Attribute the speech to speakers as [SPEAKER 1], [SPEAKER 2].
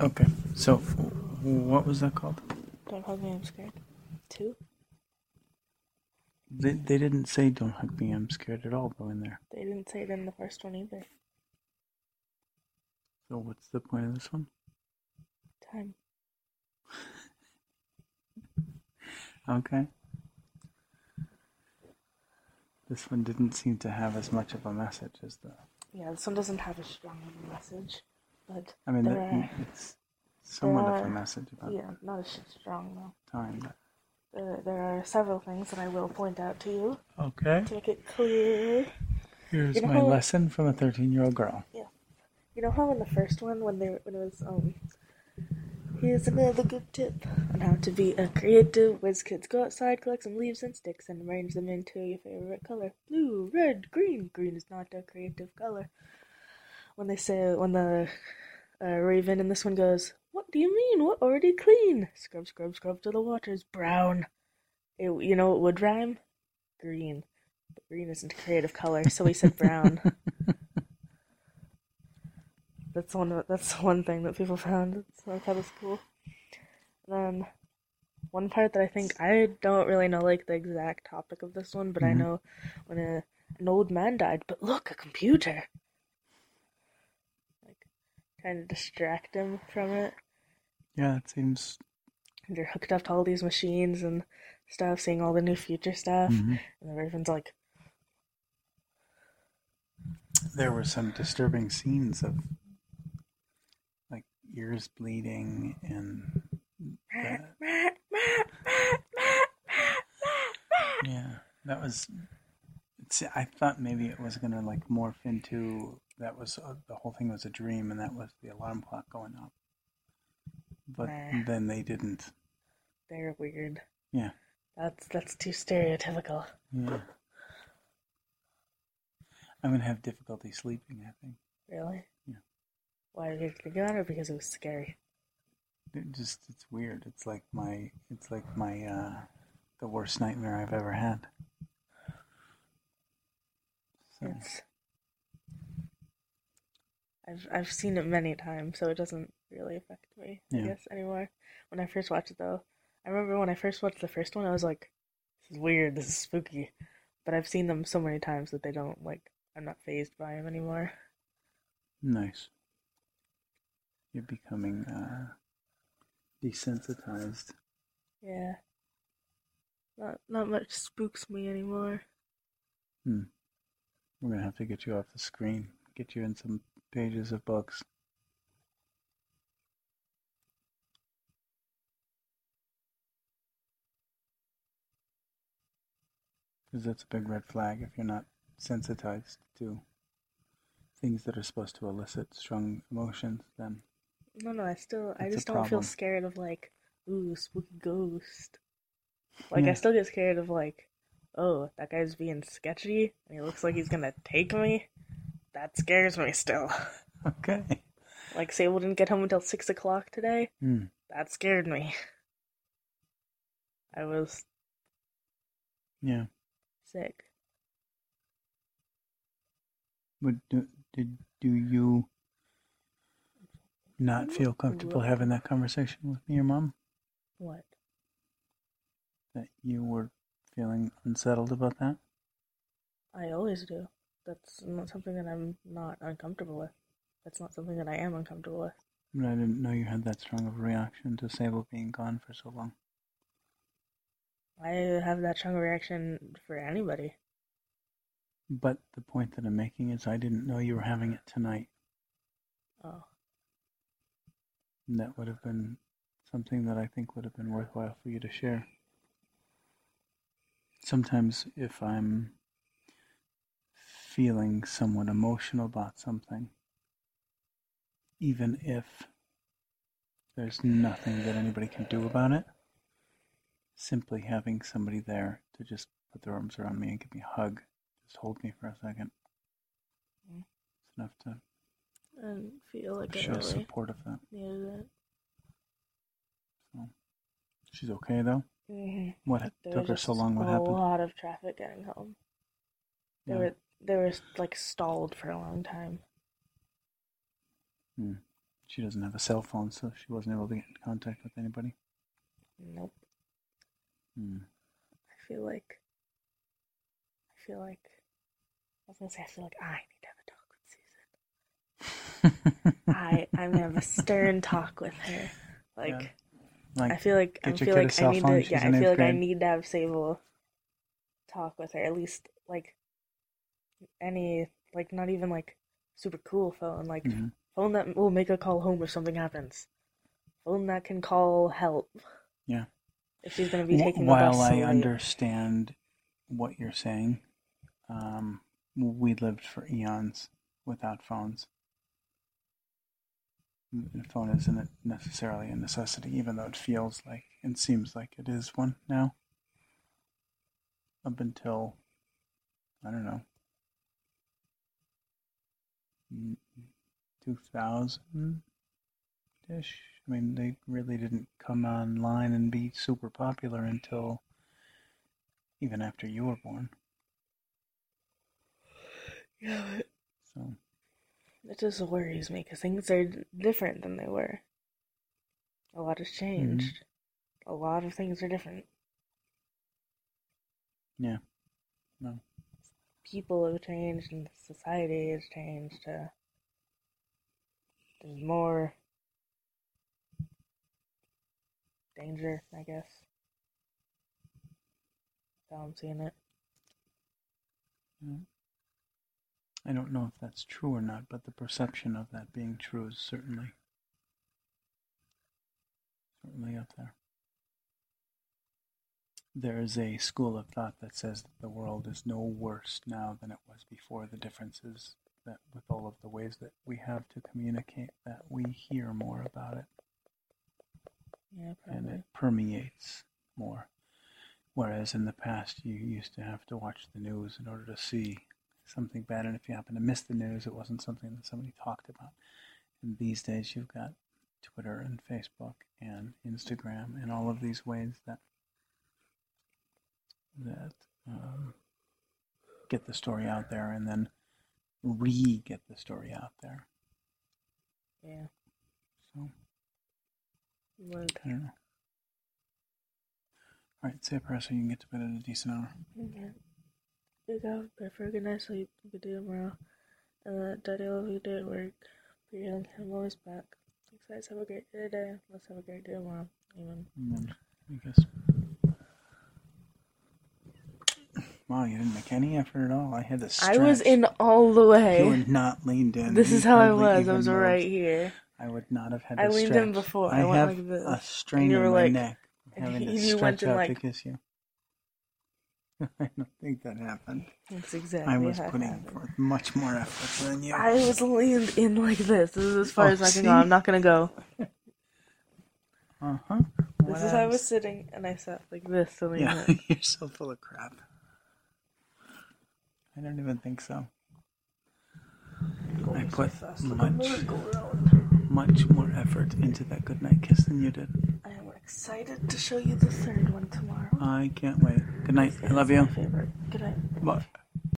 [SPEAKER 1] Okay. So, wh- what was that called?
[SPEAKER 2] Don't hug me, I'm scared. Two?
[SPEAKER 1] They, they didn't say "Don't hug me, I'm scared" at all, though, in there.
[SPEAKER 2] They didn't say it in the first one either.
[SPEAKER 1] So, what's the point of this one?
[SPEAKER 2] Time.
[SPEAKER 1] Okay. This one didn't seem to have as much of a message as the.
[SPEAKER 2] Yeah, this one doesn't have a strong of a message, but
[SPEAKER 1] I mean,
[SPEAKER 2] there
[SPEAKER 1] the- uh,
[SPEAKER 2] are,
[SPEAKER 1] it's somewhat of a
[SPEAKER 2] There-
[SPEAKER 1] message about
[SPEAKER 2] yeah, not as strong though.
[SPEAKER 1] time. But...
[SPEAKER 2] There, there are several things that I will point out to you
[SPEAKER 1] Okay.
[SPEAKER 2] to make it clear.
[SPEAKER 1] Here's
[SPEAKER 2] You know
[SPEAKER 1] my
[SPEAKER 2] how-
[SPEAKER 1] lesson from a 13 year old girl.
[SPEAKER 2] You know how in the first one, when they when it was um, here's another good tip on how to be a creative whiz kids. Go outside, collect some leaves and sticks, and arrange them into your favorite color: blue, red, green. Green is not a creative color. When they say when the uh, raven in this one goes, "What do you mean? We're already clean." Scrub, scrub, scrub till the water's brown. It, you know it would rhyme, green. But green isn't a creative color, so we said brown. That's one. That's one thing that people found. So I thought it was cool. And then, Um, one part that I think I don't really know, like the exact topic of this one, but
[SPEAKER 1] Mhm.
[SPEAKER 2] I know when a, an old man died. But look, a computer. Like, trying to distract him from it.
[SPEAKER 1] Yeah, it seems.
[SPEAKER 2] And you're hooked up to all these machines and stuff, seeing all the new future stuff.
[SPEAKER 1] Mhm.
[SPEAKER 2] And the Raven's like,
[SPEAKER 1] There were some disturbing scenes of like ears bleeding and. That, yeah, that was. It's, I thought maybe it was going to like morph into that was uh, the whole thing was a dream and that was the alarm clock going off. But
[SPEAKER 2] Nah.
[SPEAKER 1] then they didn't.
[SPEAKER 2] they're weird.
[SPEAKER 1] Yeah.
[SPEAKER 2] That's that's too stereotypical.
[SPEAKER 1] Yeah. I'm going to have difficulty sleeping, I think.
[SPEAKER 2] Really?
[SPEAKER 1] Yeah.
[SPEAKER 2] Why did you think about it? Because it was scary.
[SPEAKER 1] It just it's weird. It's like my it's like my uh the worst nightmare I've ever had. So
[SPEAKER 2] It's. I've I've seen it many times, so it doesn't really affect me, I
[SPEAKER 1] Yeah.
[SPEAKER 2] guess, anymore. When I first watched it, though, I remember when I first watched the first one, I was like, "This is weird. This is spooky." But I've seen them so many times that they don't like. I'm not phased by them anymore.
[SPEAKER 1] nice. You're becoming uh desensitized.
[SPEAKER 2] Yeah. Not not much spooks me anymore.
[SPEAKER 1] Hmm. We're gonna have to get you off the screen. Get you in some pages of books. Because that's a big red flag if you're not sensitized to things that are supposed to elicit strong emotions. Then
[SPEAKER 2] No, no, I still, I
[SPEAKER 1] That's a
[SPEAKER 2] just don't feel
[SPEAKER 1] problem.
[SPEAKER 2] scared of like, ooh, spooky ghost. Like,
[SPEAKER 1] Yeah.
[SPEAKER 2] I still get scared of like, oh, that guy's being sketchy and he looks like he's gonna take me. That scares me still.
[SPEAKER 1] okay.
[SPEAKER 2] Like, Sable didn't get home until six o'clock today.
[SPEAKER 1] Hmm.
[SPEAKER 2] That scared me. I was
[SPEAKER 1] Yeah.
[SPEAKER 2] sick.
[SPEAKER 1] But do, did do you not feel comfortable having that conversation with me, your mom?
[SPEAKER 2] What?
[SPEAKER 1] That you were feeling unsettled about that?
[SPEAKER 2] I always do. That's not something that I'm not uncomfortable with. That's not something that I am uncomfortable with.
[SPEAKER 1] But I didn't know you had that strong of a reaction to Sable being gone for so long.
[SPEAKER 2] I have that strong reaction for anybody.
[SPEAKER 1] But the point that I'm making is I didn't know you were having it tonight.
[SPEAKER 2] Oh.
[SPEAKER 1] And that would have been something that I think would have been worthwhile for you to share. Sometimes if I'm feeling somewhat emotional about something, even if there's nothing that anybody can do about it, simply having somebody there to just put their arms around me and give me a hug, just hold me for a second.
[SPEAKER 2] Mm.
[SPEAKER 1] It's enough to
[SPEAKER 2] I didn't feel like I
[SPEAKER 1] show
[SPEAKER 2] really
[SPEAKER 1] support of that.
[SPEAKER 2] needed it.
[SPEAKER 1] She's okay though.
[SPEAKER 2] Mm-hmm.
[SPEAKER 1] What it
[SPEAKER 2] There
[SPEAKER 1] took
[SPEAKER 2] was
[SPEAKER 1] her so
[SPEAKER 2] just
[SPEAKER 1] long? What
[SPEAKER 2] a
[SPEAKER 1] happened?
[SPEAKER 2] lot of traffic getting home. They
[SPEAKER 1] Yeah.
[SPEAKER 2] were they were like stalled for a long time.
[SPEAKER 1] She doesn't have a cell phone, so she wasn't able to get in contact with anybody.
[SPEAKER 2] Nope.
[SPEAKER 1] Hmm.
[SPEAKER 2] I feel like. I feel like. I was gonna say I feel like I need to have a talk with Susan. I I'm gonna have a stern talk with her. Like
[SPEAKER 1] Yeah.
[SPEAKER 2] I
[SPEAKER 1] like,
[SPEAKER 2] feel like I
[SPEAKER 1] get your
[SPEAKER 2] feel
[SPEAKER 1] kid a
[SPEAKER 2] like I
[SPEAKER 1] cell
[SPEAKER 2] need
[SPEAKER 1] phone,
[SPEAKER 2] to
[SPEAKER 1] she's
[SPEAKER 2] yeah
[SPEAKER 1] in
[SPEAKER 2] I feel
[SPEAKER 1] eighth
[SPEAKER 2] like I
[SPEAKER 1] grade.
[SPEAKER 2] need to have Sable talk with her at least like any like not even like super cool phone like
[SPEAKER 1] Mhm.
[SPEAKER 2] phone that will make a call home if something happens phone that can call help
[SPEAKER 1] Yeah.
[SPEAKER 2] if she's gonna be
[SPEAKER 1] Wh-
[SPEAKER 2] taking the
[SPEAKER 1] while
[SPEAKER 2] bus
[SPEAKER 1] I
[SPEAKER 2] so late.
[SPEAKER 1] understand what you're saying, um, we lived for eons without phones. And A phone isn't necessarily a necessity, even though it feels like and seems like it is one now. Up until, I don't know, mm, 2000 ish. I mean, they really didn't come online and be super popular until even after you were born.
[SPEAKER 2] yeah but
[SPEAKER 1] So,
[SPEAKER 2] it just worries me because things are d- different than they were a lot
[SPEAKER 1] Mm-hmm.
[SPEAKER 2] has changed a lot of things are different
[SPEAKER 1] yeah. No.
[SPEAKER 2] people have changed and society has changed. Uh, there's more danger, I guess. That's How I'm seeing it.
[SPEAKER 1] I don't know if that's true or not, but the perception of that being true is certainly certainly up there. There is a school of thought that says that the world is no worse now than it was before. The difference is that with all of the ways that we have to communicate, that we hear more about it.
[SPEAKER 2] Yeah,
[SPEAKER 1] and it permeates more. Whereas in the past, you used to have to watch the news in order to see something bad, and if you happen to miss the news, it wasn't something that somebody talked about. And these days, you've got Twitter and Facebook and Instagram and all of these ways that that um, get the story out there, and then re-get the story out there.
[SPEAKER 2] Yeah.
[SPEAKER 1] So
[SPEAKER 2] Like,
[SPEAKER 1] I don't know. All right, say a prayer so you can get to bed at a decent hour.
[SPEAKER 2] okay. Good God, pray for a good night's sleep, a good day tomorrow, and that Daddy will be day at work. Be healing him always back. Thanks, guys. Have a great day today. Let's have a great day tomorrow. Amen.
[SPEAKER 1] And then, I guess. Wow, you didn't make any effort at all. I had to stretch.
[SPEAKER 2] I was in all the way.
[SPEAKER 1] You were not leaned in.
[SPEAKER 2] This
[SPEAKER 1] You
[SPEAKER 2] is how I
[SPEAKER 1] hardly
[SPEAKER 2] was. I
[SPEAKER 1] even
[SPEAKER 2] was
[SPEAKER 1] moved.
[SPEAKER 2] right here.
[SPEAKER 1] I would not have had.
[SPEAKER 2] I
[SPEAKER 1] to
[SPEAKER 2] leaned
[SPEAKER 1] stretch.
[SPEAKER 2] in before.
[SPEAKER 1] I,
[SPEAKER 2] I went
[SPEAKER 1] have
[SPEAKER 2] like this.
[SPEAKER 1] a strain
[SPEAKER 2] And you
[SPEAKER 1] in
[SPEAKER 2] were
[SPEAKER 1] my
[SPEAKER 2] like-
[SPEAKER 1] neck, from
[SPEAKER 2] and
[SPEAKER 1] having to
[SPEAKER 2] you went
[SPEAKER 1] stretch
[SPEAKER 2] in
[SPEAKER 1] out to
[SPEAKER 2] like-
[SPEAKER 1] kiss you. I don't think that happened.
[SPEAKER 2] That's exactly
[SPEAKER 1] I was
[SPEAKER 2] how it
[SPEAKER 1] putting
[SPEAKER 2] happened.
[SPEAKER 1] forth much more effort than you.
[SPEAKER 2] I was leaned in like this. This is as far
[SPEAKER 1] Oh,
[SPEAKER 2] as I can
[SPEAKER 1] see?
[SPEAKER 2] go. I'm not gonna go.
[SPEAKER 1] Uh huh.
[SPEAKER 2] This is how I was sitting, and I sat like this. And
[SPEAKER 1] Yeah,
[SPEAKER 2] yeah.
[SPEAKER 1] you're so full of crap. I don't even think so. I put much, much more effort into that goodnight kiss than you did.
[SPEAKER 2] I am excited to show you the third one tomorrow.
[SPEAKER 1] I can't wait. Good night. I love you.
[SPEAKER 2] Favorite. Good night.
[SPEAKER 1] Bye.